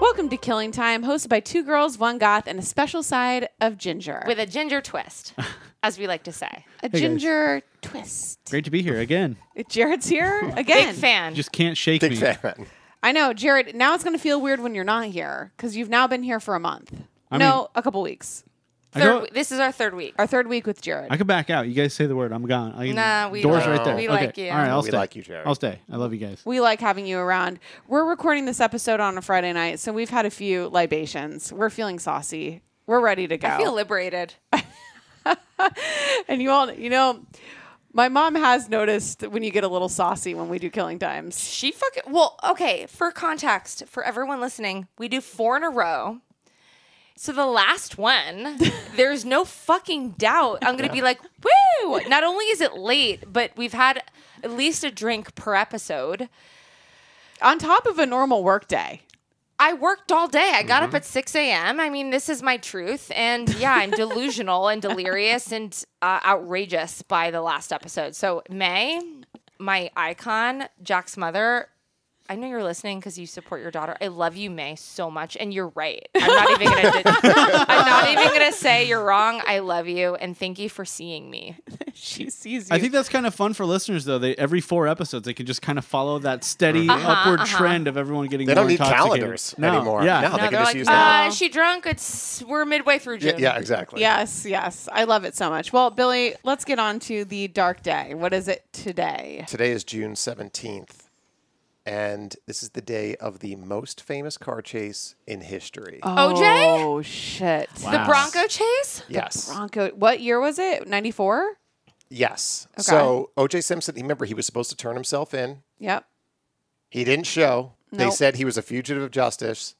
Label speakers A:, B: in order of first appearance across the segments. A: Welcome to Killing Time, hosted by two girls, one goth, and a special side of ginger.
B: with a ginger twist, as we like to say.
A: a ginger twist.
C: Great to be here again.
A: Jared's here
B: Big
A: again.
B: fan.
C: Just can't shake me.
A: I know, Jared. Now it's going to feel weird when you're not here because you've now been here for a month.
C: I
A: no,
C: mean-
A: a couple weeks.
C: I,
B: Third
C: go,
B: we- this is our third week.
A: Our third week with Jared.
C: I could back out. You guys say the word. I'm gone. I,
B: Nah, we
C: doors
B: like-
C: right there.
B: we
C: Okay.
B: like you.
C: All right, I'll
D: We
C: stay.
D: like you, Jared.
C: I'll stay. I love you guys.
A: we like having you around. We're recording this episode on a Friday night, so we've had a few libations. We're feeling saucy. We're ready to go.
B: I feel liberated.
A: and you all, you know, my mom has noticed that when you get a little saucy when we do killing times.
B: She fucking well, okay, for context, for everyone listening, we do four in a row. So the last one, there's no fucking doubt. I'm gonna be like, woo! Not only is it late, but we've had at least a drink per episode.
A: On top of a normal work day.
B: I worked all day. I got
C: Mm-hmm.
B: up at 6 a.m. I mean, this is my truth. And yeah, I'm delusional and delirious and uh, outrageous by the last episode. So, May, my icon, Jack's mother, I know you're listening because you support your daughter. I love you, May, so much. And you're right. I'm not even going to. I'm not even going to say you're wrong. I love you and thank you for seeing me.
A: She sees you.
C: I think that's kind of fun for listeners, though. They every four episodes, they can just kind of follow that steady
B: Uh-huh,
C: upward trend of everyone getting.
D: They
C: more
D: don't need
C: intoxicated.
D: calendars
C: No,
D: anymore.
C: Yeah,
D: No, they
B: No,
D: can
B: they're
D: just
B: like,
D: use that.
B: uh, is she drunk? It's we're midway through
D: Yeah,
B: June.
D: yeah, exactly.
A: Yes, yes. I love it so much. Well, Billy, let's get on to the dark day. What is it today?
D: Today is June 17th, and this is the day of the most famous car chase in history.
B: OJ?
A: Oh, shit.
B: The Bronco chase?
D: yes.
A: Bronco. What year was it? 94?
D: yes. So O.J. Simpson, remember, he was supposed to turn himself in.
A: Yep.
D: He didn't show. They
A: Nope.
D: said he was a fugitive of justice,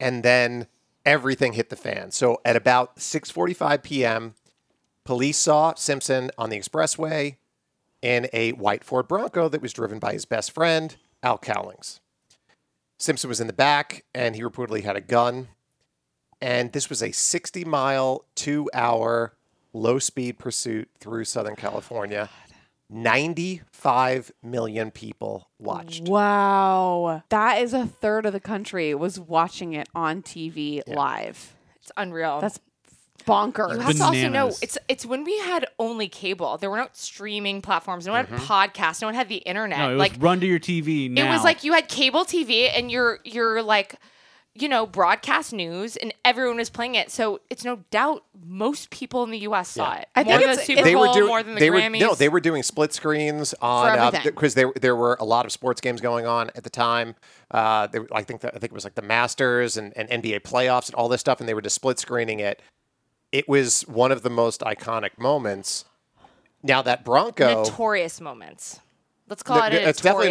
D: and then everything hit the fan. So at about 6:45 p.m., police saw Simpson on the expressway in a white Ford Bronco that was driven by his best friend, Al Cowlings. Simpson was in the back, and he reportedly had a gun. And this was a 60 mile, two hour, low speed pursuit through Southern California. 95 million people watched.
A: Wow. That is a third of the country was watching it on TV live.
B: It's unreal.
A: That's bonkers.
B: You have to also know
C: Bananas.
B: it's it's when we had only cable. There were no streaming platforms. No one had podcasts. No one had the internet.
C: Mm-hmm. No, it was
B: like
C: run to your TV now.
B: it was like you had cable TV and you're you're like you know broadcast news and everyone was playing it. So it's no doubt most people in the U.S. saw it.
A: I
B: more
A: think
B: than the
A: it's-
B: Super
A: they
B: Bowl,
A: were
D: doing-
B: more than the
D: they
B: Grammys.
D: Were, no, they were doing split screens
A: For
D: on uh,
A: everything.
D: because there there were a lot of sports games going on at the time. Uh, there, I think that, I think it was like the Masters and, and NBA playoffs and all this stuff, and they were just split screening it. It was one of the most iconic moments. Now that Bronco,
B: notorious moments. Let's call it. A
D: it's definitely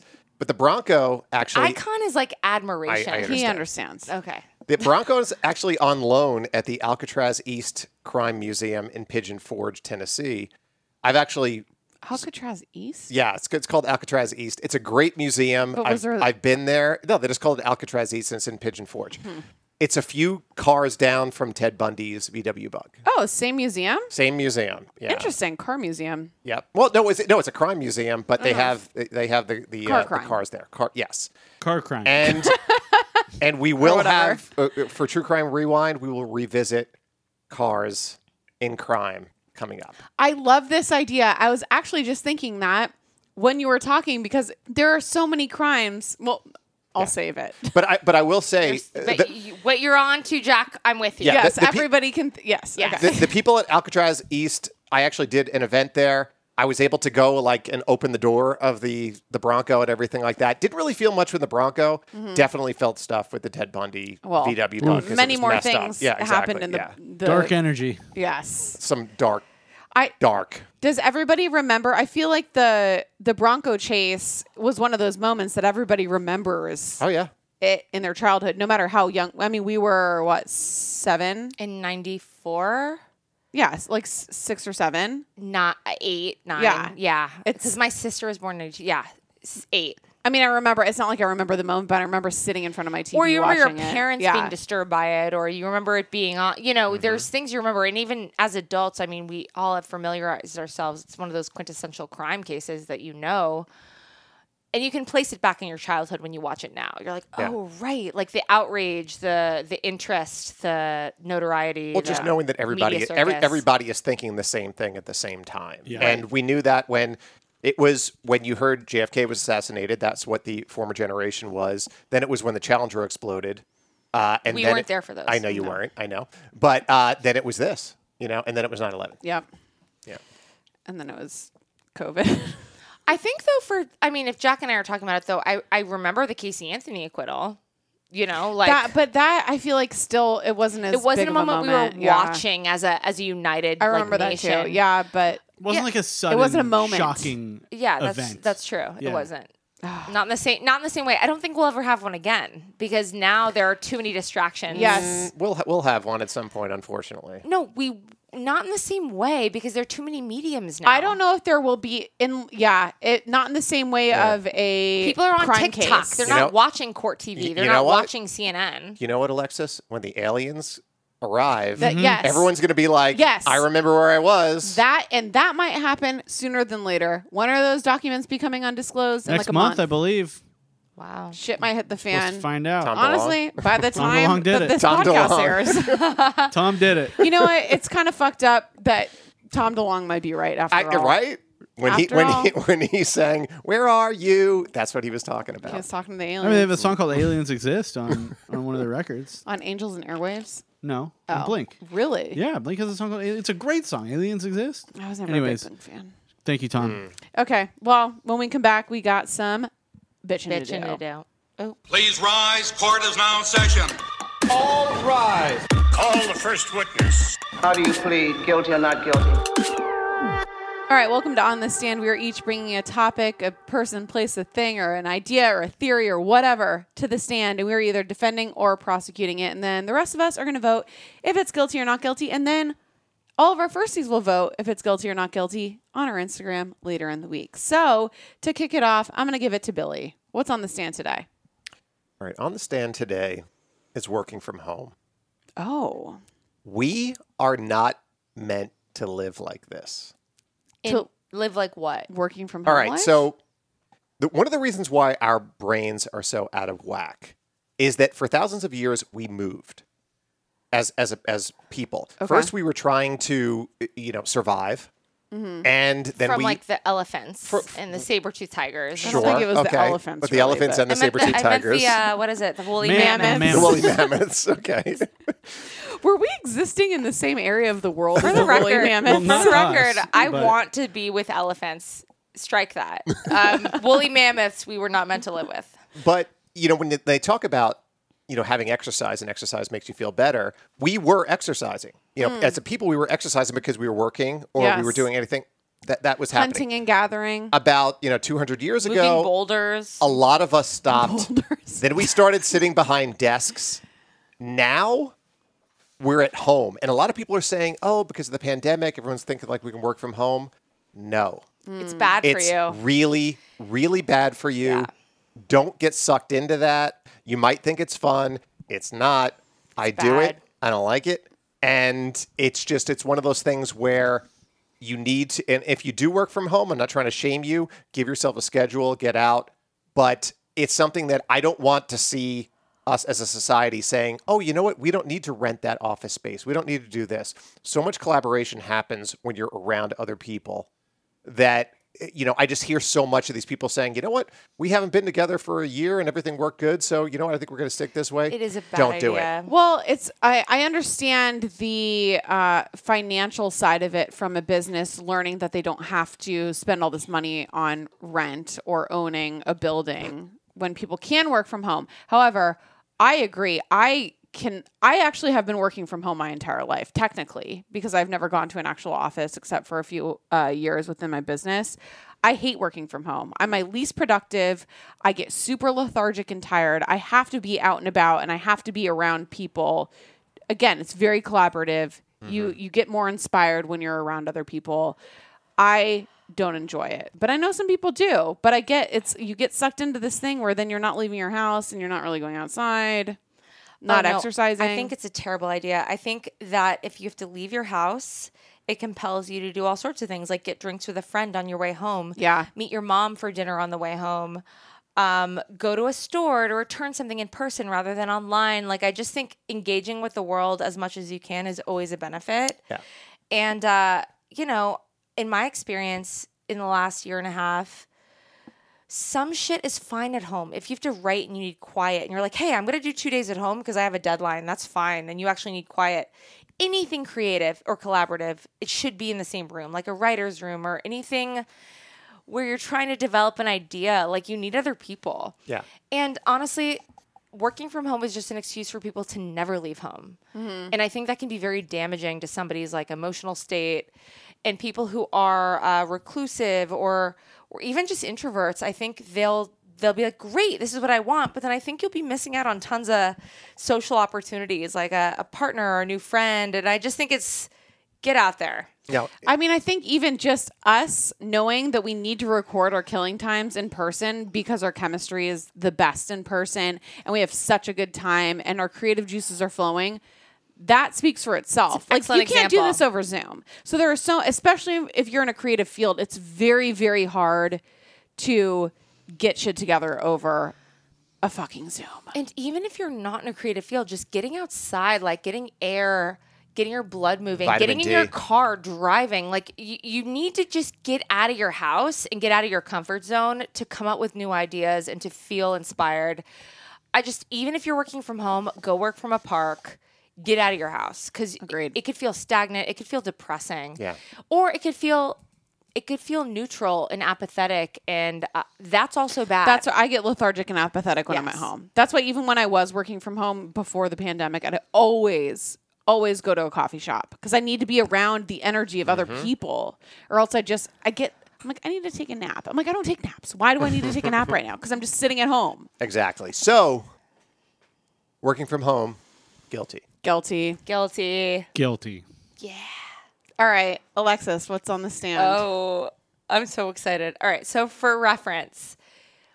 D: notorious. But the Bronco actually,
B: moment. Icon is like admiration.
D: I understand.
A: he understands.
B: okay.
D: the Bronco is actually on loan at the Alcatraz East Crime Museum in Pigeon Forge, Tennessee. I've actually
A: Alcatraz East?
D: Yeah, it's, it's called Alcatraz East. It's a great museum.
A: But
D: I've,
A: was there-
B: Hmm.
D: I've been there. No, they just called it Alcatraz East and it's in Pigeon Forge. It's a few cars down from Ted Bundy's VW Bug.
A: Oh, same museum?
D: Same museum. Yeah.
A: Interesting. Car museum.
D: Yep. Well, no, it's no, it's a crime museum, but they have they have the the,
A: Uh-huh. Car
D: uh, the
A: crime.
D: cars there. Car, yes.
C: Car crime.
D: And and we will
A: whatever.
D: have uh, uh, for True Crime Rewind, we will revisit cars in crime coming up.
A: I love this idea. I was actually just thinking that when you were talking because there are so many crimes. Well, I'll save it.
D: But I but I will say uh,
B: But
D: the-
B: you, what you're on to, Jack, I'm with you.
D: Yeah,
A: yes,
D: the- the pe-
A: everybody can. Th- yes.
B: Yeah.
A: Okay.
D: the, the people at Alcatraz East, I actually did an event there. I was able to go like and open the door of the the Bronco and everything like that. Didn't really feel much with the Bronco. Definitely felt stuff with the Ted Bundy
A: Mm-hmm. Well, mm-hmm.
D: VW bug. 'cause it
A: Many
D: was
A: more
D: messed up.
A: things
D: Yeah,
A: happened
D: exactly,
A: in the,
D: yeah.
A: the
C: Dark energy.
A: Yes.
D: some dark
A: I
D: dark.
A: Does everybody remember? I feel like the the Bronco chase was one of those moments that everybody remembers
D: Oh yeah.
A: it in their childhood, no matter how young. I mean, we were what seven?
B: In 94,
A: Yes, like s- six or seven.
B: not eight, nine.
A: Yeah.
B: Yeah.
A: It's-
B: Because my sister was born in, yeah, s- eight.
A: I mean, I remember. It's not like I remember the moment, but I remember sitting in front of my TV.
B: or you remember your
A: watching it.
B: parents
A: Yeah.
B: being disturbed by it, or you remember it being on. You know,
D: Mm-hmm.
B: there's things you remember, and even as adults, I mean, we all have familiarized ourselves. It's one of those quintessential crime cases that you know, and you can place it back in your childhood when you watch it now. You're like,
D: Yeah.
B: oh right, like the outrage, the the interest, the notoriety.
D: Well, just
B: the
D: knowing that everybody
B: media
D: every,
B: circus.
D: everybody is thinking the same thing at the same time, and we knew that when it was when you heard JFK was assassinated. That's what the former generation was. Then it was when the Challenger exploded, uh, and
B: We
D: then
B: weren't
D: it-
B: there for those.
D: I know you weren't. I know, but uh, then it was this, you know, and then it was 9-11.
A: Yep.
D: Yeah.
A: And then it was COVID.
B: I think though, for I mean, if Jack and I are talking about it though, I I remember the Casey Anthony acquittal. You know, like
A: that, but that I feel like still it wasn't as
B: it wasn't
A: big
B: a
A: of
B: moment, we were
A: Yeah.
B: watching as a as a united.
A: I
B: like,
A: remember that
B: nation.
A: too. Yeah, but
C: wasn't
B: Yeah.
C: like a sudden,
A: wasn't a moment.
C: shocking.
B: Yeah, that's
C: event.
B: that's true.
C: Yeah.
B: It wasn't. not in the same not in the same way. I don't think we'll ever have one again because now there are too many distractions.
A: yes,
D: We'll ha- we'll have one at some point, unfortunately.
B: No, we not in the same way because there are too many mediums now.
A: I don't know if there will be in yeah, it not in the same way of a
B: People are on
A: crime
B: TikTok.
A: case.
B: They're
D: You
B: not
D: know-
B: watching court TV.
D: you
B: They're
D: know
B: not
D: what?
B: watching CNN.
D: You know what, Alexis? When the aliens arrive,
A: That- yes.
D: everyone's going to be like,
A: Yes.
D: I remember where I was."
A: that and that might happen sooner than later. When are those documents becoming undisclosed? in
C: Next
A: like a
C: month,
A: month,
C: I believe.
B: Wow.
A: shit might hit the
C: Let's
A: fan.
C: find out.
D: Tom-
A: Honestly, by the
C: Tom
A: time
C: DeLonge did
A: that
C: it.
A: this
D: Tom
A: podcast
D: DeLonge.
A: airs,
C: Tom, did it.
A: you know what? It's kind of fucked up that Tom DeLong might be right after
D: I,
A: all.
D: right? When he
A: After
D: when
A: all.
D: he when he sang "Where Are You," that's what he was talking
A: He
D: about.
A: was talking to the
C: I mean, they have
A: aliens
C: a song called "Aliens Exist" on on one of their records.
A: on Angels and Airwaves.
C: No, on
A: Oh.
C: Blink.
A: Really?
C: Yeah, Blink has a song called. It's a great song. Aliens Exist.
A: I was never
C: Anyways,
A: a big Blink fan. Mm. Oh,
C: thank you, Tom.
A: Okay. Well, when we come back, we got some bitching,
B: Bitch
A: to
B: and
A: do.
B: it out. Oh.
E: Please rise. Court is now in session.
F: All rise.
E: Call the first witness.
F: How do you plead, guilty or not guilty?
A: All right, welcome to On the Stand. We are each bringing a topic, a person, place, a thing, or an idea, or a theory, or whatever to the stand, and we're either defending or prosecuting it. And then the rest of us are going to vote if it's guilty or not guilty. And then all of our firsties will vote if it's guilty or not guilty on our Instagram later in the week. So to kick it off, I'm going to give it to Billy. What's on the stand today?
D: All right, on the stand today is working from home.
A: Oh,
D: We are not meant to live like this.
B: In-
A: To-
B: live like what?
A: working from home.
D: All right,
A: life?
D: so the, one of the reasons why our brains are so out of whack is that for thousands of years we moved as as as people. First, we were trying to you know survive,
A: Mm-hmm. Mm.
D: and then
B: From
D: we
B: like the elephants and the saber-toothed tigers.
A: I
D: sure
A: don't think it was the
D: okay,
A: elephants,
D: but the
A: really,
D: elephants
A: but-
D: and the
B: I meant
D: saber
B: the,
D: tooth
B: I meant
D: tigers.
B: the uh, what is it? The woolly
A: Mammoths.
B: mammoth.
D: The woolly mammoths. Okay.
A: Were we existing in the same area of the world
B: For
A: as
B: the
A: the woolly
B: record,
C: Well,
A: mammoth?
C: not
B: for the record,
C: us,
B: I
C: but-
B: want to be with elephants. Strike that. Um, woolly mammoths, we were not meant to live with.
D: But you know, when they talk about you know having exercise and exercise makes you feel better, we were exercising. You
B: Hmm.
D: know, as a people, we were exercising because we were working or we were
A: Yes.
D: doing anything that that was happening.
A: Hunting and gathering.
D: About you know 200 years
B: Moving
D: ago,
B: boulders.
D: a lot of us stopped.
A: Boulders.
D: Then we started sitting behind desks. Now we're at home, and a lot of people are saying, "Oh, because of the pandemic, everyone's thinking like we can work from home." No,
B: It's bad
D: it's
B: for you.
D: really, really bad for you. Don't get sucked into that. You might think it's fun. It's not. I do it.
G: bad.
D: I don't like it. And it's just it's one of those things where you need to and if you do work from home, I'm not trying to shame you, give yourself a schedule, get out, but it's something that I don't want to see us as a society saying, "Oh, you know what? We don't need to rent that office space. We don't need to do this." So much collaboration happens when you're around other people that you know, I just hear so much of these people saying, "You know what? We haven't been together for a year and everything worked good, so you know what? I think we're going to stick this way."
G: It is a bad
D: Don't
G: idea.
D: do it.
A: Well, it's I, I understand the uh, financial side of it from a business learning that they don't have to spend all this money on rent or owning a building when people can work from home. However, I agree. I can I actually have been working from home my entire life technically because I've never gone to an actual office except for a few uh, years within my business. I hate working from home. I'm my least productive. I get super lethargic and tired. I have to be out and about and I have to be around people. Again, it's very collaborative. You you get more inspired when you're around other people. I don't enjoy it. But I know some people do. But I get it's you get sucked into this thing where then you're not leaving your house and you're not really going outside, not
G: Oh, no.
A: exercising.
B: I think it's a terrible idea. I think that if you have to leave your house, it compels you to do all sorts of things, like get drinks with a friend on your way home.
A: Yeah.
B: Meet your mom for dinner on the way home. Um, go to a store to return something in person rather than online. Like I just think engaging with the world as much as you can is always a benefit. Yeah. And uh, you know, in my experience in the last year and a half, some shit is fine at home. If you have to write and you need quiet and you're like, hey, I'm going to do two days at home because I have a deadline, that's fine. And you actually need quiet. Anything creative or collaborative, it should be in the same room, like a writer's room or anything where you're trying to develop an idea. Like you need other people.
D: Yeah.
B: And honestly, working from home is just an excuse for people to never leave home.
H: Mm-hmm.
B: And I think that can be very damaging to somebody's like emotional state. And people who are uh, reclusive or or even just introverts, I think they'll they'll be like, "Great, this is what I want," but then I think you'll be missing out on tons of social opportunities, like a, a partner or a new friend. And I just think it's get out there.
D: Now,
A: I mean, I think even just us knowing that we need to record our killing times in person because our chemistry is the best in person and we have such a good time and our creative juices are flowing. That speaks for itself. like you
B: excellent
A: can't do
B: example.
A: this over Zoom. So there are so especially if you're in a creative field, it's very very hard to get shit together over a fucking Zoom.
B: And even if you're not in a creative field, just getting outside, like getting air, getting your blood moving,
D: Vitamin
B: getting
D: D.
B: in your car, driving, like you, you need to just get out of your house and get out of your comfort zone to come up with new ideas and to feel inspired. I just, even if you're working from home, go work from a park. Get out of your house because
A: Agreed.
B: it could feel stagnant. It could feel depressing.
D: Yeah.
B: Or it could feel, it could feel neutral and apathetic, and uh, that's also bad.
A: That's why I get lethargic and apathetic when I'm at
B: Yes.
A: home. That's why even when I was working from home before the pandemic, I'd always always go to a coffee shop because I need to be around the energy of other people, or else I just I get I'm like I need to take a nap. I'm like I don't take naps. Why do I need to take a nap right now? Because I'm just sitting at home,
D: exactly. So, working from home, guilty.
A: guilty.
B: guilty.
C: Guilty.
A: All right, Alexis, what's on the stand?
B: Oh, I'm so excited. All right. So for reference,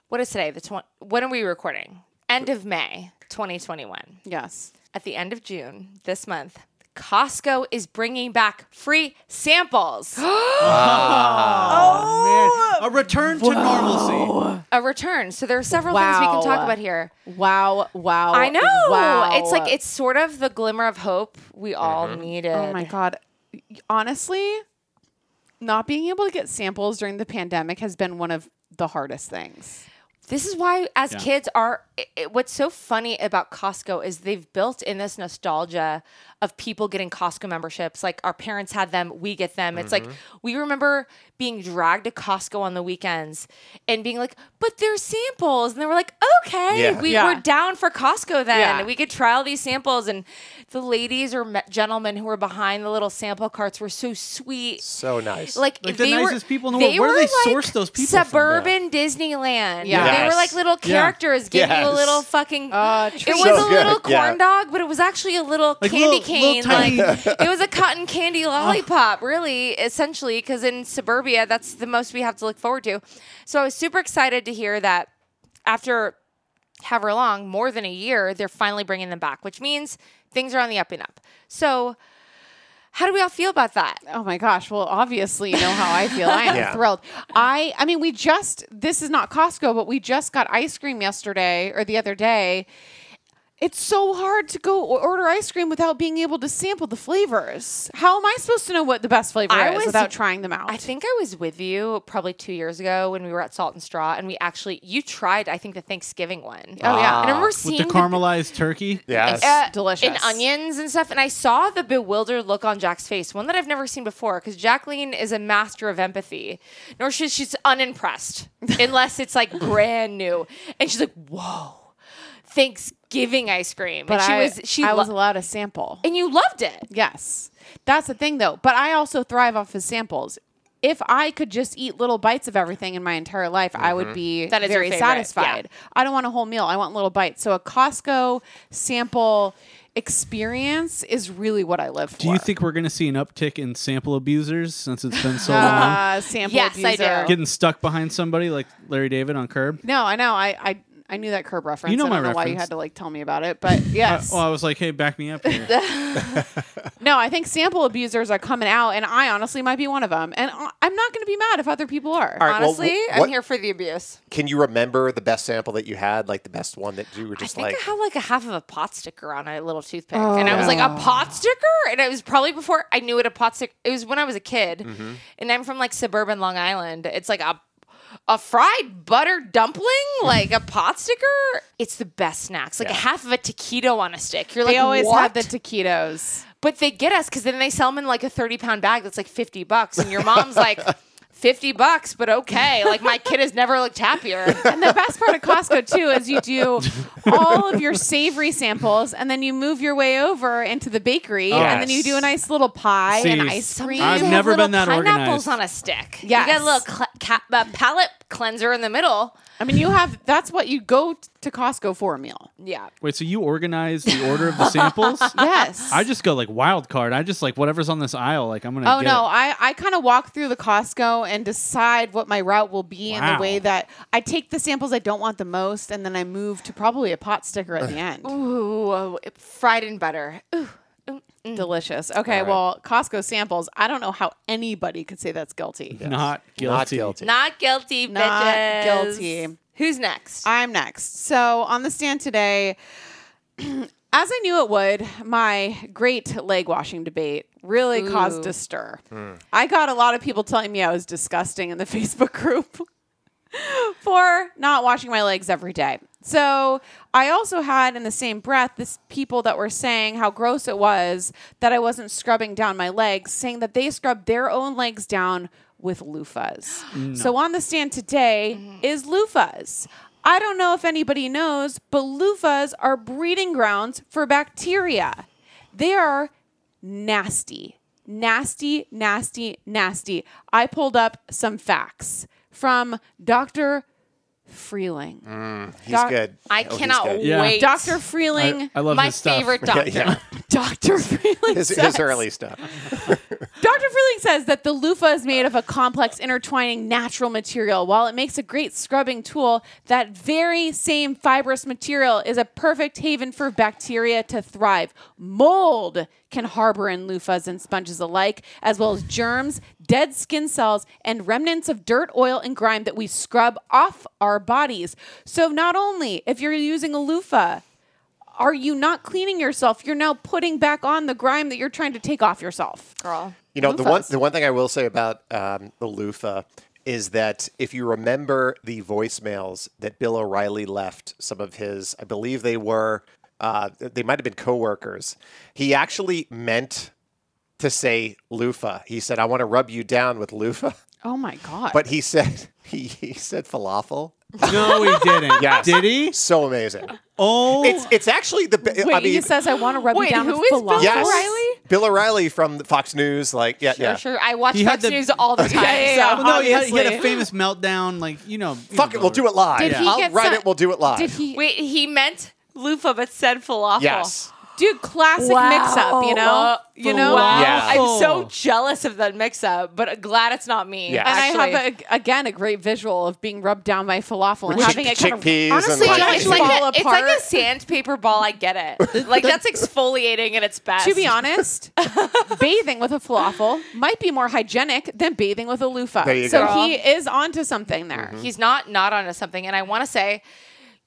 B: what is today? The tw- when are we recording? End of May 2021.
A: yes.
B: At the end of June this month, Costco is bringing back free samples.
A: Oh,
C: Man, a return to normalcy.
B: a return. So there are several things we can talk
A: Wow.
B: about here.
A: Wow! Wow!
B: I know.
A: Wow!
B: It's like it's sort of the glimmer of hope we all needed.
A: Oh my god. Honestly, not being able to get samples during the pandemic has been one of the hardest things.
B: This is why, as kids, are i i- what's so funny about Costco is they've built in this nostalgia of people getting Costco memberships. Like our parents had them, we get them. It's like we remember being dragged to Costco on the weekends and being like, "But they're samples," and they were like, "Okay,
D: Yeah.
B: we
A: Yeah.
B: were down for Costco then.
A: Yeah.
B: We could try all these samples." And the ladies or me- gentlemen who were behind the little sample carts were so sweet.
D: So nice.
B: Like,
C: Like the
B: they were,
C: nicest people in the world. Where do
B: were
C: they
B: like
C: source those people from?
B: Suburban Disneyland.
A: Yeah.
B: They
D: Yes.
B: were like little
C: Yeah.
B: characters giving you a
D: Yes.
B: little fucking.
A: Uh,
B: it
A: treat.
B: was
D: So
B: a little
D: good, yeah.
B: corn dog, but it was actually a little
C: Like
B: candy
C: little- little
B: cane.
C: tiny- Oh.
B: like it was a cotton candy lollipop, really, essentially, because in suburbia, that's the most we have to look forward to. So I was super excited to hear that after however long, more than a year, they're finally bringing them back, which means Things are on the up and up. So, how do we all feel about that?
A: Oh my gosh. Well, obviously you know how I feel. I am
D: Yeah.
A: thrilled. I I mean, we just this is not Costco, but we just got ice cream yesterday or the other day. It's so hard to go o- order ice cream without being able to sample the flavors. How am I supposed to know what the best flavor
B: I
A: is
B: was-
A: without trying them out?
B: I think I was with you probably two years ago when we were at Salt and Straw, and we actually you tried I think the Thanksgiving one.
A: Oh yeah.
B: And I
A: And
B: remember
C: Ah, with
B: seeing
C: the caramelized turkey.
D: Yes.
B: uh,
A: delicious.
B: and onions and stuff. And I saw the bewildered look on Jack's face, one that I've never seen before, because Jacqueline is a master of empathy. Nor she's she's unimpressed unless it's like brand new, and she's like, "Whoa, Thanksgiving ice cream!"
A: but
B: and she
A: I
B: was she
A: I was
B: lo-
A: allowed a sample.
B: and you loved it.
A: Yes. That's the thing though. But I also thrive off of samples. If I could just eat little bites of everything in my entire life, I would be
B: Mm-hmm. That is your
A: very
B: favorite, yeah.
A: satisfied. I don't want a whole meal. I want little bites. So a Costco sample experience is really what I live for.
C: Do you think we're going to see an uptick in sample abusers since it's been so uh-huh. long?
A: uh, sample
B: Yes, I
A: abuser.
B: do.
C: Getting stuck behind somebody like Larry David on Curb?
A: No, I know. I, I I knew that curb reference.
C: You know
A: I
C: my
A: don't know why you
C: reference.
A: had to like tell me about it, but
C: Uh,
A: yes.
C: well, I was like, hey, back me up here.
A: no, I think sample abusers are coming out, and I honestly might be one of them. And I- I'm not going to be mad if other people are.
D: All right, well,
G: Honestly,
D: wh-
G: I'm
D: what-
G: here for the abuse.
D: Can you remember the best sample that you had, like the best one that you were
B: I
D: just
B: think
D: like?
B: I had like a half of a pot sticker on a little toothpick, and I was like,
A: Oh.
B: "A pot sticker?" And it was probably before I knew what a pot sticker. It was when I was a kid,
G: Mm-hmm.
B: and I'm from like suburban Long Island. It's like a a fried butter dumpling, like a pot sticker. It's the best snacks. Like a half of a taquito on a stick. You're
A: They
B: like,
A: always
B: what?
A: have the taquitos.
B: but they get us because then they sell them in like a 30 pound bag that's like 50 bucks, and your mom's like. 50 bucks, but okay. Like, my kid has never looked happier.
A: And the best part of Costco too is you do all of your savory samples, and then you move your way over into the bakery, and then you do a nice little pie and
C: See,
A: ice cream.
C: I've
B: They have
C: never
B: little
C: been that
B: pineapples
C: organized.
B: on a stick.
A: Yes.
B: you got a little cl- ca- uh, palate cleanser in the middle.
A: I mean, you have that's what you go to Costco for a meal.
B: Yeah,
C: Wait, so you organize the order of the samples?
A: Yes.
C: I just go like wild card. I just like whatever's on this aisle. Like I'm gonna.
A: Oh
C: get
A: no,
C: It.
A: I, I kind of walk through the Costco and decide what my route will be in the
C: Wow.
A: way that I take the samples I don't want the most, and then I move to probably a pot sticker at the end.
B: ooh, uh, fried in butter. Ooh, mm.
A: Delicious. Okay, well, Costco samples. I don't know how anybody could say that's guilty.
C: Not guilty.
D: Not guilty.
B: not guilty,
A: Not
B: bitches.
A: guilty.
B: Who's next?
A: I'm next. So on the stand today, as I knew it would, my great leg washing debate really caused a stir. I got a lot of people telling me I was disgusting in the Facebook group for not washing my legs every day. So I also had in the same breath this people that were saying how gross it was that I wasn't scrubbing down my legs, saying that they scrub their own legs down with loofahs. So on the stand today
C: Mm-hmm.
A: is loofahs. I don't know if anybody knows, but loofahs are breeding grounds for bacteria. They are nasty. Nasty, nasty, nasty. I pulled up some facts from Dr. Freeling.
D: Mm, he's
A: Doc-
D: good.
B: I
D: Oh, he's
B: cannot
D: good.
C: Yeah.
B: wait.
A: Dr. Freeling.
C: I, I love
B: my
C: his stuff.
B: favorite doctor.
D: Yeah.
A: Dr. Freeling.
D: His,
A: says-
D: his early stuff.
A: Dr. Freeling says that the loofah is made of a complex intertwining natural material. While it makes a great scrubbing tool, that very same fibrous material is a perfect haven for bacteria to thrive. Mold can harbor in loofahs and sponges alike, as well as germs, dead skin cells, and remnants of dirt, oil, and grime that we scrub off our bodies. So, not only if you're using a loofah, are you not cleaning yourself? You're now putting back on the grime that you're trying to take off yourself.
B: Girl.
D: You know, the one
A: Loofahs.
D: the one thing I will say about um, the loofah is that if you remember the voicemails that Bill O'Reilly left some of his, I believe they were, uh, they might have been coworkers. He actually meant to say loofah. He said, "I want to rub you down with loofah,"
A: Oh my god!
D: but he said he, he said falafel.
C: No, he didn't.
D: Yes.
C: Did he?
D: So amazing.
C: Oh,
D: It's it's actually the. be-
A: wait,
D: I mean,
A: he says I want to rub you
B: Wait,
A: down
B: who
A: with
B: is Bill
A: falafel.
D: yes,
B: O'Reilly?
D: Bill O'Reilly from Fox News. Like, yeah, yeah.
B: Sure, sure. I watch
C: He had
B: Fox
C: the-
B: News all the time.
C: Well, no, he had, he had a
A: obviously.
C: famous meltdown. Like you know. you
D: Fuck
C: know,
D: it, we'll do it live.
A: Did he
D: I'll
A: get
D: write
A: some-
D: it. We'll do it live.
A: Did he?
B: Wait, he meant loofah, but said falafel.
D: Yes.
A: dude, classic mix up, you know? you know?
B: Wow.
D: Yeah.
B: I'm so jealous of that mix up, but glad it's not me.
D: Yeah.
A: And
B: actually.
A: I have a, again a great visual of being rubbed down by falafel and
D: Chick-
A: having it kind of
D: chickpeas
A: honestly
D: and
A: just
B: it's like,
A: fall
B: a,
A: apart.
B: it's like a sandpaper ball. I get it. Like that's exfoliating at its best.
A: to be honest, bathing with a falafel might be more hygienic than bathing with a loofah.
D: There you
A: so
D: go.
A: he is onto something there.
B: Mm-hmm. he's not not onto something. And I want to say,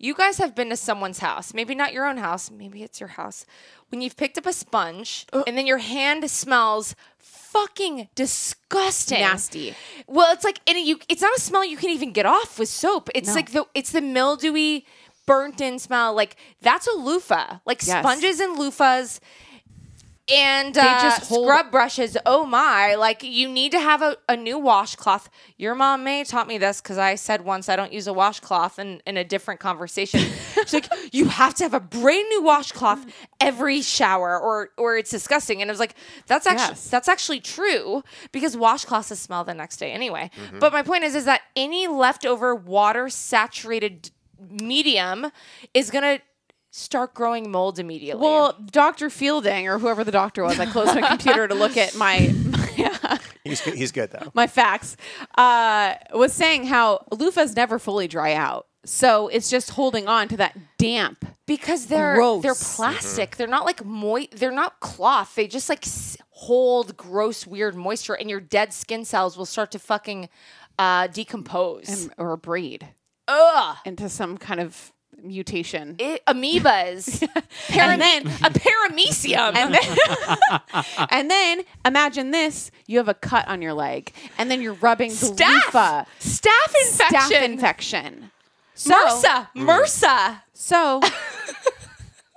B: you guys have been to someone's house, maybe not your own house, maybe it's your house. When you've picked up a sponge and then your hand smells fucking disgusting,
A: Nasty.
B: Well, it's like and you, it's not a smell you can even get off with soap. It's
A: No.
B: like the it's the mildewy, burnt in smell. Like that's a loofah. Like
A: Yes.
B: sponges and loofahs. And uh,
A: just hold-
B: scrub brushes. Oh my! Like you need to have a, a new washcloth. Your mom may taught me this because I said once I don't use a washcloth in, in a different conversation. She's like, you have to have a brand new washcloth every shower, or or it's disgusting. And I was like, that's actually
A: Yes.
B: that's actually true because washcloths smell the next day anyway.
A: Mm-hmm.
B: But my point is, is that any leftover water saturated medium is gonna start growing mold immediately.
A: Well, Dr. Fielding or whoever the doctor was, I closed my computer to look at my
D: He's, good- he's good though.
A: my facts, uh, was saying how loofahs never fully dry out. So it's just holding on to that damp.
B: because they're they're
A: Gross. Mm-hmm.
B: plastic. They're not like moist. They're not cloth. They just like s- hold gross, weird moisture, and your dead skin cells will start to fucking uh, decompose.
A: or breed
B: Ugh.
A: into some kind of mutation.
B: It, amoebas, Param-
A: And then-
B: a paramecium.
A: and then, and then imagine this: you have a cut on your leg, and then you're rubbing the
B: staph,
A: loofah.
B: staph infection,
A: Staph infection. So,
B: MRSA, MRSA.
A: So,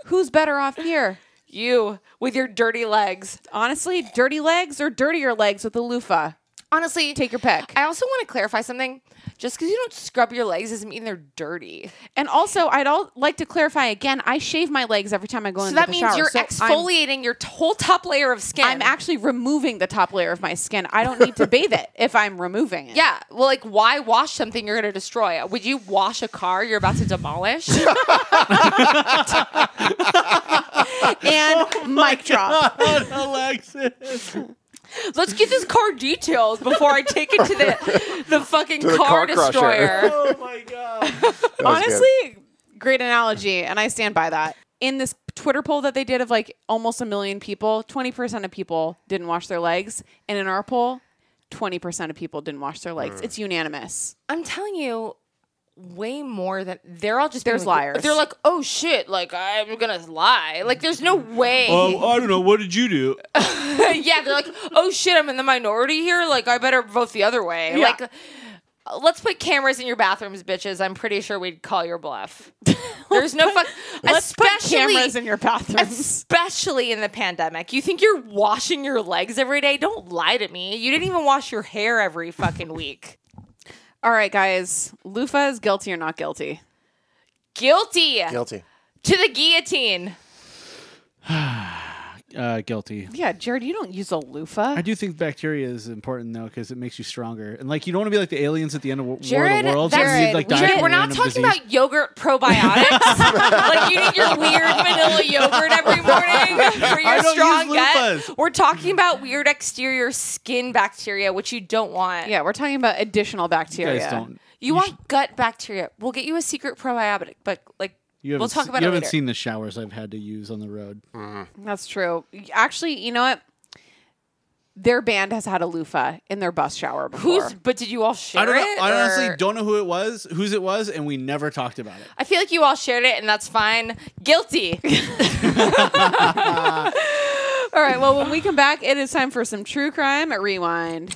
A: who's better off here?
B: You with your dirty legs.
A: Honestly, dirty legs or dirtier legs with a loofah?
B: Honestly,
A: Take your pick.
B: I also want to clarify something. Just because you don't scrub your legs doesn't mean they're dirty.
A: And also, I'd all like to clarify again: I shave my legs every time I go
B: So
A: into
B: that
A: the
B: means
A: shower.
B: you're
A: so I'm-
B: exfoliating your t- whole top layer of skin.
A: I'm actually removing the top layer of my skin. I don't need to bathe it if I'm removing it.
B: Yeah. Well, like, why wash something you're going to destroy? Would you wash a car you're about to demolish?
A: And
D: Oh
A: mic drop.
C: Alexis.
B: Let's get this car detailed before I take it to the the fucking
D: To the car
B: car,
D: crusher.
B: destroyer.
C: Oh my god.
D: That was good.
A: Honestly, great analogy, and I stand by that. In this Twitter poll that they did of like almost a million people, 20% of people didn't wash their legs. And in our poll, 20% of people didn't wash their
D: Mm.
A: legs. It's unanimous.
B: I'm telling you, way more than they're all just being
A: There's
B: like-
A: liars.
B: They're like, oh shit, like I'm gonna lie. Like, there's no way.
C: Oh, I don't know. What did you do?
B: yeah, they're like, oh shit, I'm in the minority here. Like, I better vote the other way.
A: Yeah.
B: Like, let's put cameras in your bathrooms, bitches. I'm pretty sure we'd call your bluff. There's no fuck.
A: Let's put
B: especially-
A: cameras in your bathrooms.
B: Especially in the pandemic. You think you're washing your legs every day? Don't lie to me. You didn't even wash your hair every fucking week.
A: All right, guys. Lufa is guilty or not guilty.
B: Guilty
D: guilty.
B: to the guillotine.
C: Uh, guilty.
A: Yeah, Jared, you don't use a loofah.
C: I do think bacteria is important though because it makes you stronger. And like you don't want to be like the aliens at the end of War War of
B: Jared,
C: the Worlds.
B: that's-
C: where you, like, die
B: Jared,
C: from
B: we're not
C: random
B: talking
C: disease.
B: about yogurt probiotics. like you need your weird vanilla yogurt every morning for your
C: I don't
B: strong
C: use
B: gut.
C: loofahs.
B: We're talking about weird exterior skin bacteria, which you don't want.
A: yeah, we're talking about additional
C: You
A: bacteria.
C: guys don't.
B: You, want gut bacteria. We'll get you a secret probiotic, but like
C: You
B: we'll
C: haven't
B: talk
C: se-
B: about
C: You
B: it
C: haven't
B: later. Mm.
C: seen the showers I've had to use on the road.
A: That's true. Actually, you know what? Their band has had a loofah in their bus shower before.
B: Who's but did you all share
C: I don't know.
B: it?
C: I
B: or-
C: honestly don't know who it was, whose it was, and we never talked about it.
B: I feel like you all shared it and that's fine. Guilty.
A: All right. Well, when we come back, it is time for some true crime at Rewind.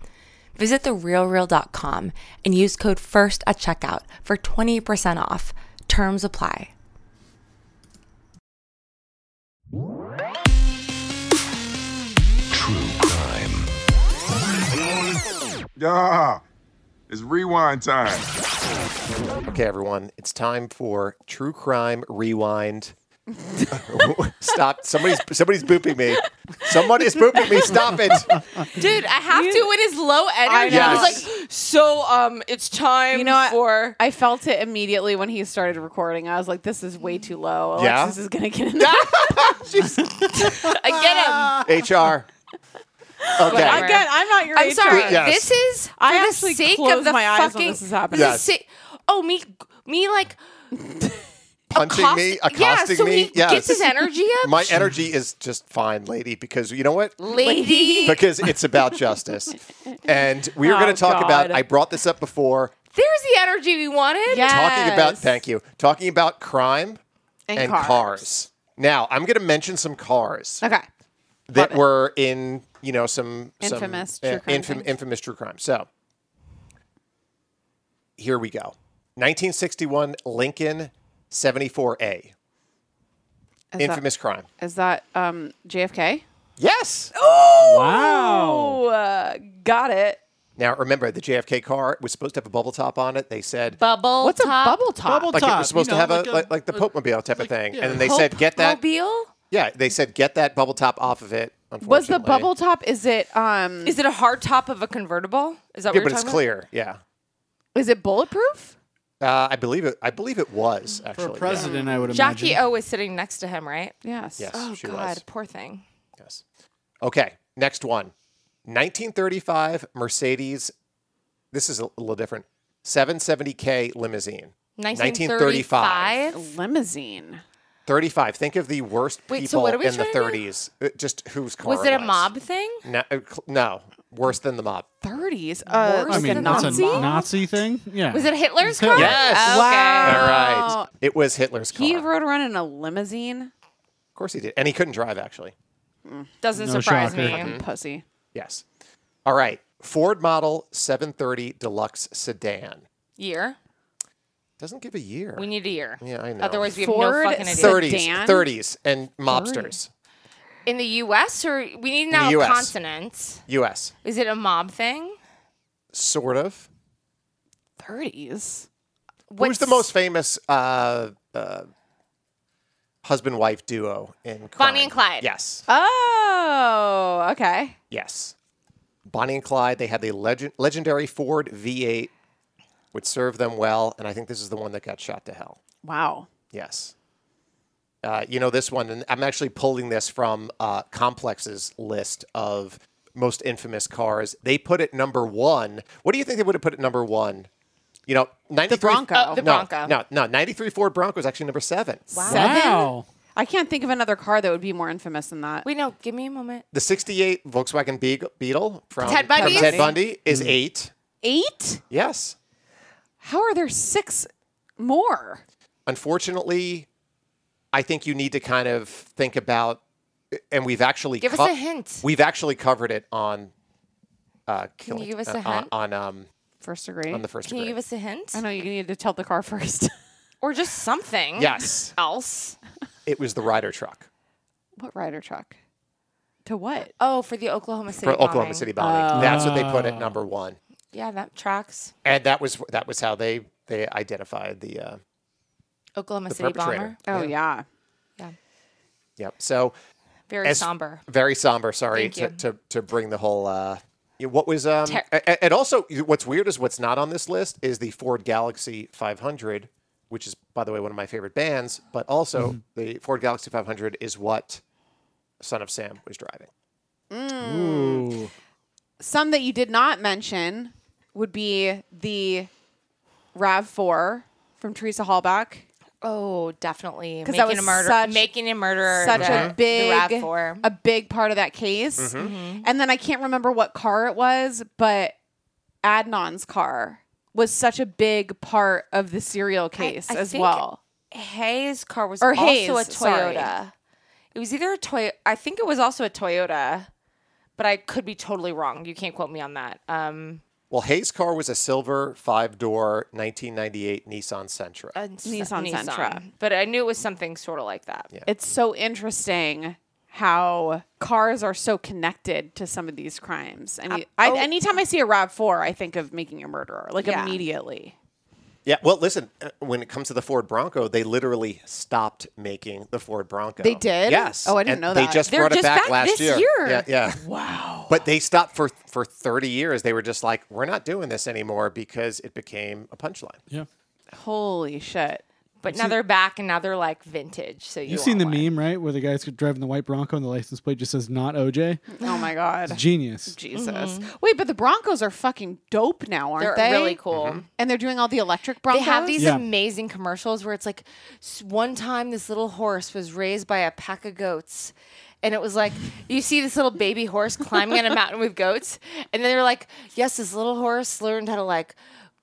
H: Visit therealreal.com and use code FIRST at checkout for 20% off. Terms apply.
I: True crime. Yeah, it's rewind time.
D: Okay, everyone, it's time for True Crime Rewind. Stop! Somebody's somebody's booping me. Someone is booping me. Stop it!
B: Dude, I have to. It is low energy.
D: know.
B: I, was like, so um, it's time
G: You know what?
B: for.
G: I felt it immediately when he started recording. I was like, this is way too low. Alexis
D: Yeah?
G: is going to get in there.
B: I
D: HR. Okay.
B: Whatever.
G: Again, I'm not your
B: get him. I'm
G: HR.
B: sorry.
D: Yes.
B: This is for
G: I
B: the
G: actually
B: sake of
G: closed
B: the
G: my eyes when
B: fucking.
G: this is happening.
B: for the
D: Yes.
B: sake- oh me, me like
D: Punching
B: accost-
D: me,
B: yeah,
D: accosting
B: so
D: me.
B: He
D: yes.
B: gets his energy up.
D: My energy is just fine, lady, because you know what?
B: lady.
D: Because it's about justice. And we are
G: Oh,
D: going to talk about,
G: God.
D: I brought this up before,
B: There's the energy we wanted.
G: Yes.
D: talking about, thank you, talking about crime and, cars. Now, I'm going to mention some cars
G: Okay.
D: that were in, you know, some some, eh,
G: Infamous true crime
D: infam-
G: things.
D: infamous true crime. So here we go 1961 Lincoln 74A.
G: Is that,
D: Infamous crime.
G: is that um, JFK?
D: Yes.
A: Wow.
G: Oh, uh, got it.
D: Now remember, the JFK car was supposed to have a bubble top on it. They said
B: Bubble.
G: What's
B: top.
G: a bubble top?
A: Bubble
D: like it
A: top,
D: was supposed
A: you
D: to
A: know,
D: have a, like, like the Pope Mobile type of thing,
A: yeah.
D: and then they said get that.
B: Mobile?
D: Yeah, they said get that bubble top off of it.
G: Was the
D: unfortunately.
G: bubble top? Is it um? Is,
B: Is it a hard top of a convertible? Is that
D: Yeah,
B: what
D: but
B: you're
D: it's
B: talking
D: clear. Yeah,
G: it bulletproof?
D: uh, I believe it. I believe it was
A: For
D: actually.
A: a president, I would
B: about?
A: imagine.
B: Jackie O was sitting next to him, right?
G: Yes.
D: Yes,
B: Oh
D: she
B: God,
D: was.
B: poor thing.
D: Yes. Okay, next one. 1935 Mercedes. This is a little different. 770K limousine.
B: 1935.
G: Limousine.
D: 35. Think of the worst
B: Wait, so
D: people
B: what are we
D: in the
B: trying to do?
D: 30s. Uh, Just whose car
B: Was it a
D: was.
B: mob thing?
D: No, uh, cl- no, worse than the mob.
G: 30s. Uh,
A: I
G: like a
A: mean, that's
G: Nazi?
A: a Nazi thing. Yeah.
B: Was it Hitler's car?
A: Hitler.
D: Yes.
B: Okay.
G: Wow.
D: All
G: Oh.
D: right. It was Hitler's car.
G: He rode around in a limousine.
D: of course he did. And he couldn't drive, actually.
B: Doesn't
A: No
B: surprise
A: shocker.
B: me.
A: Mhm.
G: Pussy.
D: Yes. All right. Ford model 730 deluxe sedan.
B: Year.
D: Doesn't give a year.
B: We need a year.
D: Yeah, I know.
B: Otherwise, we have
A: Ford
B: no fucking idea.
D: 30s, 30s, and mobsters.
B: in the U.S. or we need
D: the
B: now a
D: US.
B: consonant.
D: U.S.
B: Is it a mob thing?
D: Sort of.
A: Thirties.
D: Who's the most famous uh, uh, husband-wife duo in crime?
B: Bonnie and Clyde.
D: Yes.
A: Oh, okay.
D: Yes. Bonnie and Clyde, they had the legend, legendary Ford V8, which served them well. And I think this is the one that got shot to hell.
A: Wow.
D: Yes. Uh, you know this one, and I'm actually pulling this from uh, Complex's list of most infamous cars. They put it number one. What do you think they would have put it number one? You know, 93
A: Bronco. Oh, the
D: no,
A: Bronco.
D: No, no, 93 Ford Bronco is actually number seven.
A: Wow. I can't think of another car that would be more infamous than that.
B: Wait, no, give me a moment.
D: The 68 Volkswagen Beag- Beetle from
A: Ted
D: from
A: Bundy's?
D: Ted Bundy is eight.
A: Eight?
D: Yes.
A: How are there six more?
D: unfortunately, I think you need to kind of think about, and we've actually
B: Give us a hint.
D: We've actually covered it on. Uh, killing,
B: you give us
D: uh,
B: a
D: on-
B: hint?
D: on um
A: first degree?
D: on the first
B: Can you
D: degree?
B: give us a hint?
A: I know you need to tell the car first.
B: or just something.
D: Yes.
B: Else.
D: It was the rider truck
A: What rider truck? To what?
B: Oh, for the Oklahoma City.
D: for Oklahoma
B: bombing.
D: City bombing. That's what they put at number one,
B: Yeah, that tracks.
D: and that was that was how they they identified the. Uh,
B: Oklahoma
D: The
B: City bomber.
D: perpetrator.
A: Oh yeah.
D: yep. So
B: Very
D: as-
B: somber.
D: Very somber. Sorry to,
B: Thank
D: to to bring the whole. Uh, yeah, what was um
B: Ter-
D: a- a- and also what's weird is what's not on this list is the Ford Galaxy 500, which is by the way one of my favorite bands, but also the Ford Galaxy 500 is what Son of Sam was driving.
B: Mm.
A: Some that you did not mention would be the Rav Four from Teresa Hallback.
B: Oh, definitely.
A: 'Cause
B: Making
A: that
B: a
A: was
B: murder.
A: such-
B: making a murderer.
A: Such
B: the-
A: a big,
B: The RAV4.
A: a big part of that case.
B: Mm-hmm.
A: And then I can't remember what car it was, but Adnan's car was such a big part of the serial case
B: I
A: as
B: think
A: well.
B: Hayes' car was
A: Or
B: also
A: Hayes,
B: a Toyota.
A: sorry.
B: It was either a Toyota. I think it was also a Toyota, but I could be totally wrong. You can't quote me on that. Um,
D: Well, Hayes' car was a silver five-door 1998 Nissan Sentra.
B: a s-
A: Nissan Sentra.
B: But I knew it was something sort of like that.
A: It's so interesting how cars are so connected to some of these crimes. I mean, I,
B: oh.
A: anytime I see a Rav Four, I think of making a murderer, like
B: Yeah.
A: immediately.
D: Yeah, well, listen, uh, when it comes to the Ford Bronco, they literally stopped making the Ford Bronco.
A: They did?
D: Yes.
A: Oh, I didn't
D: And
A: know that.
D: They just
B: They're
D: brought
B: just
D: it back,
B: back
D: last
B: this
D: year.
B: year.
D: Yeah, yeah. Wow. But they stopped for for 30 years. They were just like, we're not doing this anymore because it became a punchline.
C: Yeah.
A: Holy shit!
B: But now they're back and now they're like vintage. So you
C: You've seen the
B: want one.
C: meme, right? Where the guy's driving the white Bronco and the license plate just says not OJ.
A: Oh my god,
C: Genius.
A: Jesus!
B: Mm-hmm.
A: Mm-hmm. Wait, but the Broncos are fucking dope now, aren't
B: They're
A: they?
B: really cool.
A: And they're doing all the electric
B: They
A: Broncos.
B: have these
C: Yeah.
B: amazing commercials where it's like, s- one time this little horse was raised by a pack of goats. And it was like, you see this little baby horse climbing on a mountain with goats. And then they're like, yes, this little horse learned how to like,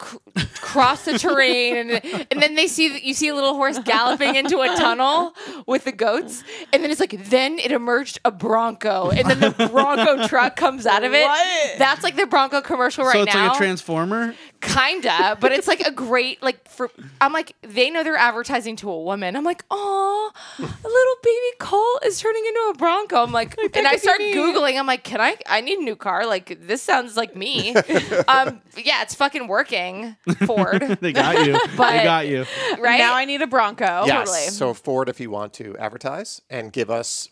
B: c- cross the terrain and, and then they see that you see a little horse galloping into a tunnel with the goats and then it's like then it emerged a bronco and then the bronco truck comes out of it that's like the bronco commercial right
C: so it's
B: now
C: like a transformer.
B: kinda but it's like a great like for i'm like they know they're advertising to a woman i'm like oh little baby cole is turning into a bronco i'm like and i start googling i'm like can i i need a new car like this sounds like me um yeah it's fucking working ford
C: They got you.
B: But-
C: they got you.
B: right
A: Now I need a Bronco.
D: yes.
B: totally.
D: So Ford, if you want to advertise and give us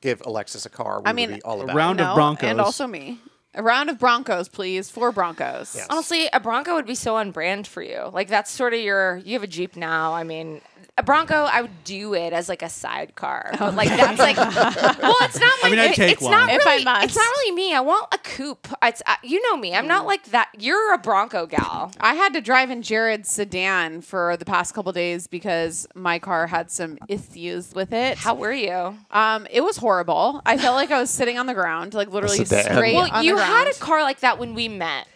D: give Alexis a car, we
A: I
D: would
A: mean,
D: be all about
C: round
D: it.
C: of Broncos.
A: and also me. A round of Broncos, please. Four Broncos.
D: Yes.
B: honestly a bronco would be so on brand for you like that's sort of your you have a jeep now i mean a bronco i would do it as like a sidecar
A: Oh
B: but like that's like well it's not my
C: I mean, I'd
B: it-
C: take
B: it's not
C: one.
A: If I
B: really
A: must. Mm.
B: it's not really me i want a coupe it's uh, you know me i'm not like that you're a bronco gal
A: I had to drive in Jared's sedan for the past couple days because my car had some issues with it.
B: how were you
A: Um, it was horrible. I felt like I was sitting on the ground, like literally
D: sedan.
A: straight
D: Well,
A: on
B: you
A: the
B: had
A: ground.
B: a car like that when we met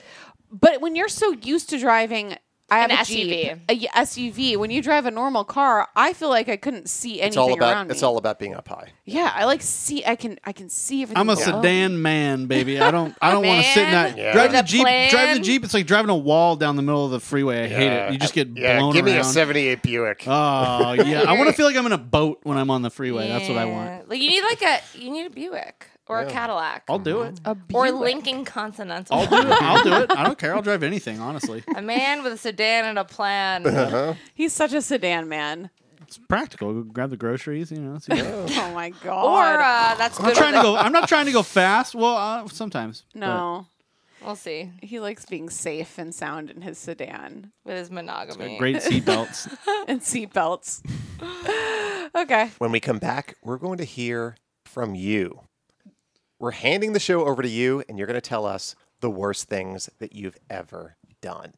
A: but when you're so used to driving I have
G: An
A: a
G: SUV.
A: Jeep, a y- SUV. When you drive a normal car, I feel like I couldn't see anything
D: It's all
A: around
D: about
A: me.
D: it's all about being up high.
A: yeah, I like see. I can I can see everything.
C: I'm a
A: below.
C: sedan man, baby. I don't. I don't want to sit in that.
D: Man
C: Drive the
D: with a
C: jeep. Drive the
D: plan.
C: jeep. It's like driving a wall down the middle of the freeway. I hate
D: Yeah.
C: it. You just get
D: Yeah,
C: blown
D: give me a
C: around.
D: 78 Buick.
C: Oh yeah, I want to feel like I'm in a boat when I'm on the freeway. That's what I want.
B: Like you need like a you need a Buick or
C: Yeah.
B: a Cadillac
C: I'll do it.
B: or Lincoln Continental.
C: I'll do it. I'll do it. I don't care. I'll drive anything. Honestly,
B: A man with a sedan and a plan.
C: Uh-huh.
A: He's such a sedan man.
C: it's practical. Go grab the groceries. You know. It's good.
A: Oh my god.
B: Or uh, that's
C: I'm
B: good.
C: trying to go. I'm not trying to go fast. Well, uh, sometimes. but-
A: No.
B: We'll see.
A: He likes being safe and sound in his sedan
B: with his monogamy.
C: Great seatbelts.
A: and seatbelts. okay.
D: When we come back, we're going to hear from you. We're handing the show over to you, and you're going to tell us the worst things that you've ever done.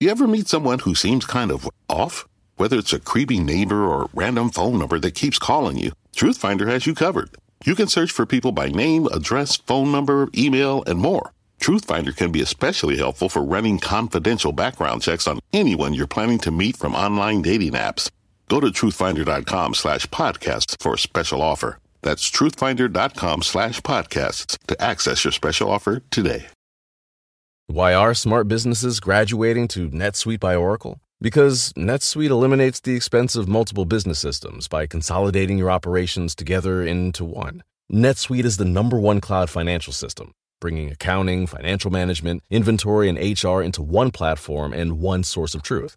J: You ever meet someone who seems kind of off? Whether it's a creepy neighbor or a random phone number that keeps calling you, Truthfinder has you covered. You can search for people by name, address, phone number, email, and more. Truthfinder can be especially helpful for running confidential background checks on anyone you're planning to meet from online dating apps. Go to truthfinder.com slash podcasts for a special offer. That's truthfinder.com slash podcasts to access your special offer today.
I: Why are smart businesses graduating to NetSuite by Oracle? Because NetSuite eliminates the expense of multiple business systems by consolidating your operations together into one. NetSuite is the number one cloud financial system, bringing accounting, financial management, inventory, and HR into one platform and one source of truth.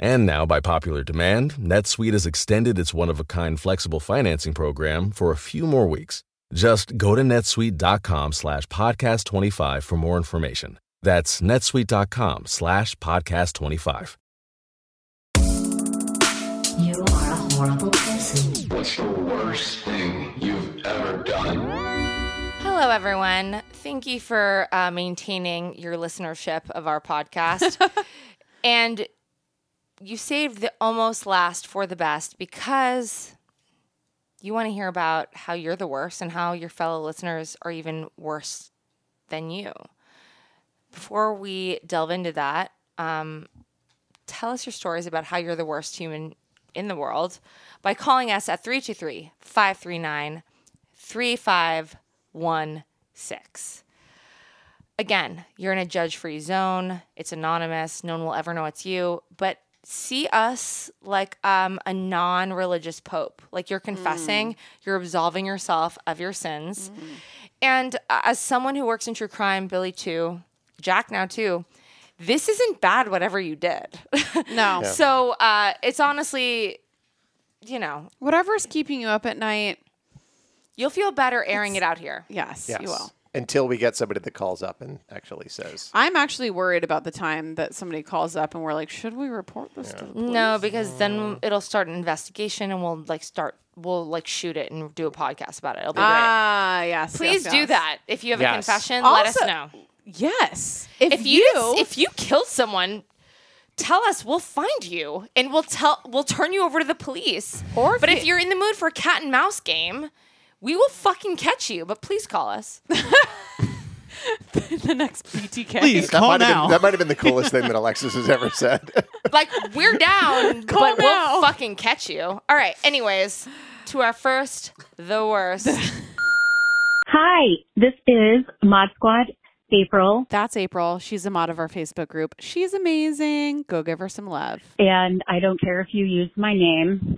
I: And now, by popular demand, NetSuite has extended its one of a kind flexible financing program for a few more weeks. Just go to netsuite.com slash podcast 25 for more information. That's netsuite.com slash podcast 25.
E: You are a horrible person. What's the worst thing you've ever done?
B: Hello, everyone. Thank you for uh, maintaining your listenership of our podcast. and you saved the almost last for the best because you want to hear about how you're the worst and how your fellow listeners are even worse than you. Before we delve into that, um, tell us your stories about how you're the worst human in the world by calling us at 323 539 3516. Again, you're in a judge free zone. It's anonymous. No one will ever know it's you. But see us like um, a non religious pope. Like you're confessing,
A: Hmm.
B: you're absolving yourself of your sins. And uh, as someone who works in true crime, Billy too, Jack now too, this isn't bad, whatever you did.
A: No.
B: So uh, it's honestly, you know,
A: Whatever's keeping you up at night.
B: You'll feel better airing it out here.
A: Yes, you will.
D: Until we get somebody that calls up and actually says,
A: I'm actually worried about the time that somebody calls up and we're like, should we report this to the police?
B: No, because then it'll start an investigation and we'll like start we'll like shoot it and do a podcast about it. It'll be great.
A: Ah, yes.
B: Please
A: yes,
B: do
A: yes.
B: that. If you have a
A: Yes.
B: confession, let us
A: Also-
B: know.
A: Yes. If,
B: you,
A: you,
B: just- if you killed someone, tell us. We'll find you and we'll tell we'll turn you over to the police. Or but if you're in the mood for a cat and mouse game, we will fucking catch you. But please call us.
A: the next BTK.
D: Please that might have been- that might have been the coolest thing that Alexis has ever said.
B: like we're down,
A: Call
B: but we'll fucking catch you. All right. Anyways, to our first, the worst.
K: Hi, this is Mod Squad April,
A: That's April. She's a mod of our Facebook group. She's amazing. Go give her some love.
K: and I don't care if you use my name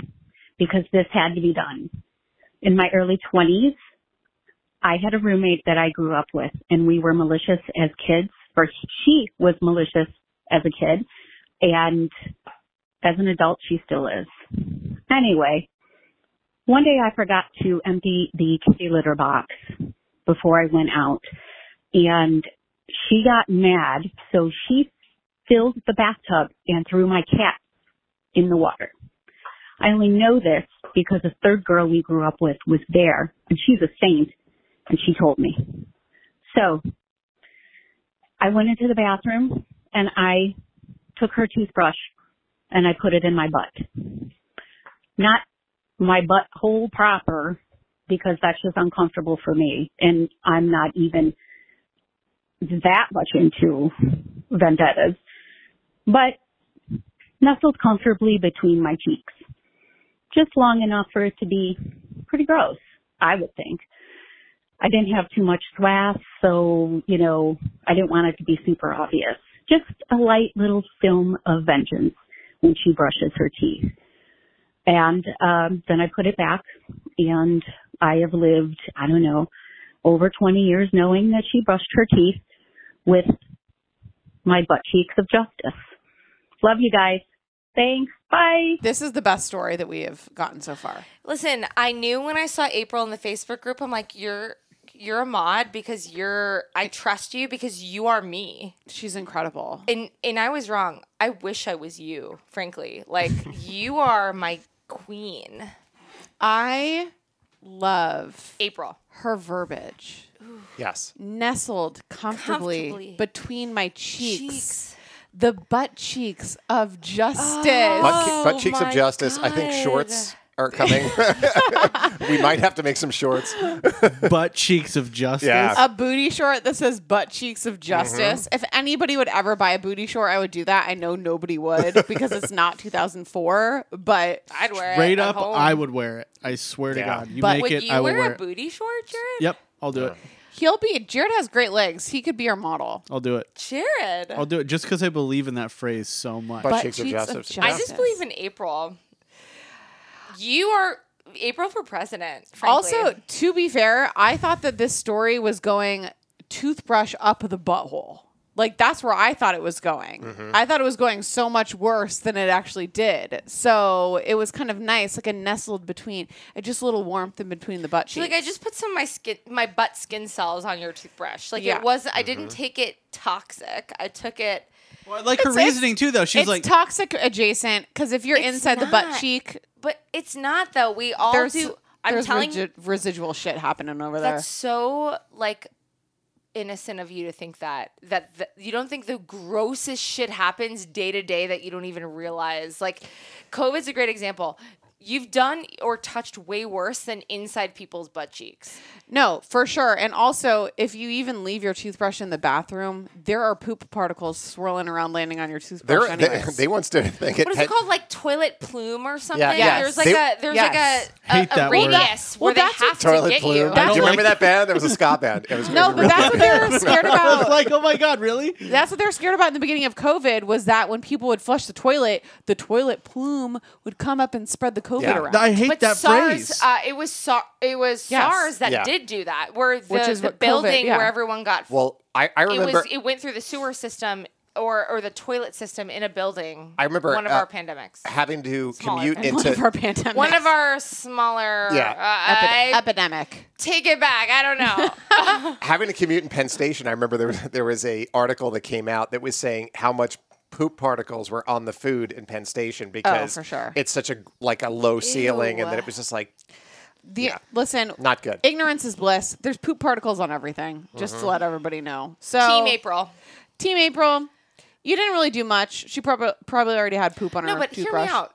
K: because this had to be done. In my early 20s, I had a roommate that I grew up with, and we were malicious as kids, or she was malicious as a kid, and as an adult, she still is. Anyway, one day I forgot to empty the kitty litter box before I went out, and she got mad, so she filled the bathtub and threw my cat in the water. I only know this because a third girl we grew up with was there, and she's a saint, and she told me. So I went into the bathroom and I took her toothbrush and I put it in my butt. Not my butthole proper, because that's just uncomfortable for me, and I'm not even that much into vendettas. But nestled comfortably between my cheeks. Just long enough for it to be pretty gross, I would think. I didn't have too much swath, so, you know, I didn't want it to be super obvious. Just a light little film of vengeance when she brushes her teeth. And um, then I put it back, and I have lived, I don't know, over 20 years knowing that she brushed her teeth with my butt cheeks of justice. Love you guys. Thanks. Bye.
A: This is the best story that we have gotten so far.
B: Listen, I knew when I saw April in the Facebook group, I'm like, you're you're a mod because you're I trust you because you are me.
A: She's incredible.
B: And and I was wrong. I wish I was you, frankly. Like you are my queen.
A: I love
B: April.
A: Her verbiage.
D: Yes.
A: Nestled comfortably,
B: Comfortably.
A: between my cheeks. The butt cheeks of justice.
B: Oh
D: butt, butt cheeks of justice. I think shorts are coming. we might have to make some shorts.
C: butt cheeks of justice.
A: A booty short that says butt cheeks of justice. If
C: Mm-hmm.
A: anybody would ever buy a booty short, I would do that. I know nobody would because it's not 2004, but
B: I'd wear
C: Straight up, I would wear it. I swear to God. You
A: But-
C: make
A: Would
C: it,
A: you
C: I will
A: wear a
C: wear it.
B: Booty short, Jared?
C: Yep, I'll do it.
A: He'll be Jared has great legs. He could be our model.
C: I'll do it.
B: Jared.
C: I'll do it just because I believe in that phrase so much.
A: Butt Butt cheeks of cheeks of justice.
B: I just believe in April. You are April for president.
A: Also, to be fair, I thought that this story was going toothbrush up the butthole. Like that's where I thought it was going.
C: Mm-hmm.
D: Mm-hmm.
B: Mhm.
A: I thought it was going so much worse than it actually did. So it was kind of nice, like a nestled between, uh, just a little warmth in between the butt
B: She's
A: cheeks.
B: like I just put some of my skin, my butt skin cells on your toothbrush. Like
A: Yeah.
B: it was, I didn't
C: Mhm.
B: take it toxic. I took it.
C: Well, I like her reasoning too, though. She's
A: it's
C: like,
A: toxic adjacent because if you're
B: It's
A: inside the butt
B: not.
A: cheek,
B: but it's not though. We all
A: there's
B: do. I'm
A: there's
B: telling you,
A: resi- residual shit happening over there.
B: that's so like innocent of you to think that that th- you don't think the grossest shit happens day to day that you don't even realize. Like, COVID's a great example. You've done or touched way worse than inside people's butt cheeks.
A: No, for sure. And also, if you even leave your toothbrush in the bathroom, there are poop particles swirling around, landing on your toothbrush.
D: They're, they,
A: anyways.
D: they once did a thing.
B: What is it called? Like toilet plume or something?
D: yes.
B: There's like
D: They-
B: a there's
A: Yes.
B: like
D: Hate
B: a- a, a
D: that word.
B: radius
A: Well,
B: where they
A: that's what-
B: have to
D: Toilet
B: get
D: plume.
B: you.
D: Do you remember that band? There was a ska band. It was, it
A: No,
D: was
A: but that's what they were scared
C: I was
A: about.
C: like, oh my God, really?
A: That's what they're scared about in the beginning of COVID was that when people would flush the toilet, the toilet plume would come up and spread the COVID
C: Yeah.
A: around.
C: I hate
B: But
C: that
B: SARS,
C: phrase.
B: Uh, it was SAR, it was
A: Yes.
B: SARS that
D: Yeah.
B: did do that, where the,
D: Which is
B: the
D: what COVID-
B: building
D: yeah.
B: where everyone got.
D: Well, I, I
B: it
D: remember.
B: was it went through the sewer system or or the toilet system in a building.
D: I remember
B: one of
D: uh,
B: our pandemics.
D: having to
B: Smaller
D: commute
B: pandemic.
D: into
A: pandemics.
B: One of our smaller.
D: Yeah.
B: uh, I-
A: epidemic.
B: Take it back. I don't know.
D: having to commute in Penn Station, I remember there was there was a article that came out that was saying how much poop particles were on the food in Penn
B: Oh,
D: Station because
A: for sure.
D: it's such a like a low ceiling, and then
A: Ew.
D: it was just like
A: The, Listen,
D: not good.
A: ignorance is bliss. There's poop particles on everything, just to
C: Mm-hmm.
D: Mhm.
A: let everybody know. So
B: Team April.
A: Team April, you didn't really do much. She probably probably already had poop on
B: No,
A: her
B: but hear
A: toothbrush.
B: me out.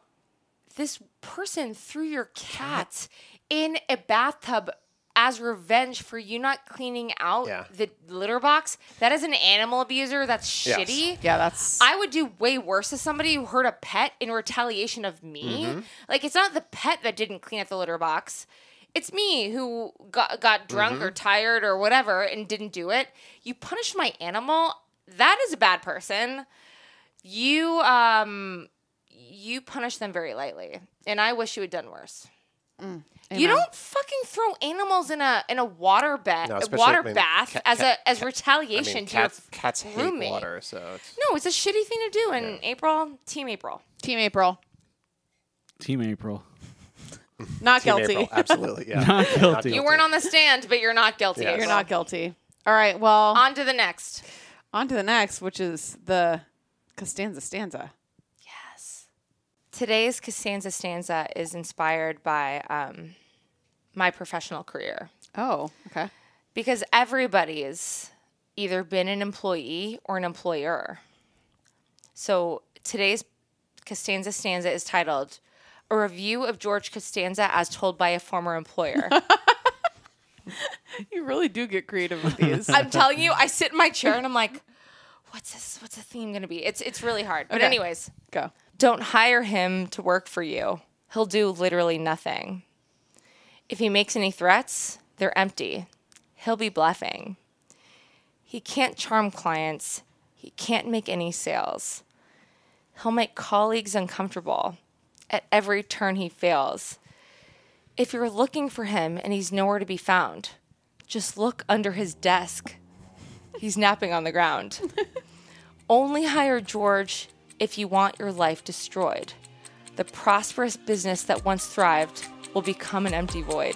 B: This person threw your cat in a bathtub as revenge for you not cleaning out
A: Yeah.
B: the litter box. That is an animal abuser. That's
A: Yes.
B: shitty.
A: Yeah, that's-
B: I would do way worse to somebody who hurt a pet in retaliation of me.
A: Mhm.
B: Like it's not the pet that didn't clean up the litter box. It's me who got got drunk
D: Mm-hmm.
B: or tired or whatever and didn't do it. You punish my animal. That is a bad person. You um you punish them very lightly, and I wish you had done worse. You
A: Amen.
B: don't fucking throw animals in a in a water bed,
D: No,
B: a
D: especially-
B: water
D: I mean,
B: bath
D: cat-
B: as
D: cat-
B: a as
D: cat- I
B: retaliation
D: mean,
B: to
D: cats
B: your
D: cats hate
B: roommate.
D: water, so it's
B: No, it's a shitty thing to do. And April, Team April,
A: Team April,
C: Team April.
A: not
D: Team
A: guilty.
D: April, absolutely, yeah.
C: Not
D: Yeah,
C: guilty.
B: you weren't on the stand, but you're not guilty.
A: You're
B: April.
A: not guilty. All right. Well,
B: On to the next.
A: on to the next, which is the Costanza stanza.
B: Yes. Today's Costanza Stanza is inspired by um, my professional career.
A: Oh, okay.
B: Because everybody has either been an employee or an employer. So today's Costanza Stanza is titled A Review of George Costanza as Told by a Former Employer.
A: you really do get creative with these.
B: I'm telling you, I sit in my chair and I'm like, what's this? What's the theme going to be? It's it's really hard. But
A: Okay.
B: anyways,
A: go.
B: Don't hire him to work for you. He'll do literally nothing. If he makes any threats, they're empty. He'll be bluffing. He can't charm clients. He can't make any sales. He'll make colleagues uncomfortable. At every turn, he fails. If you're looking for him and he's nowhere to be found, just look under his desk. He's napping on the ground. Only hire George if you want your life destroyed. The prosperous business that once thrived will become an empty void.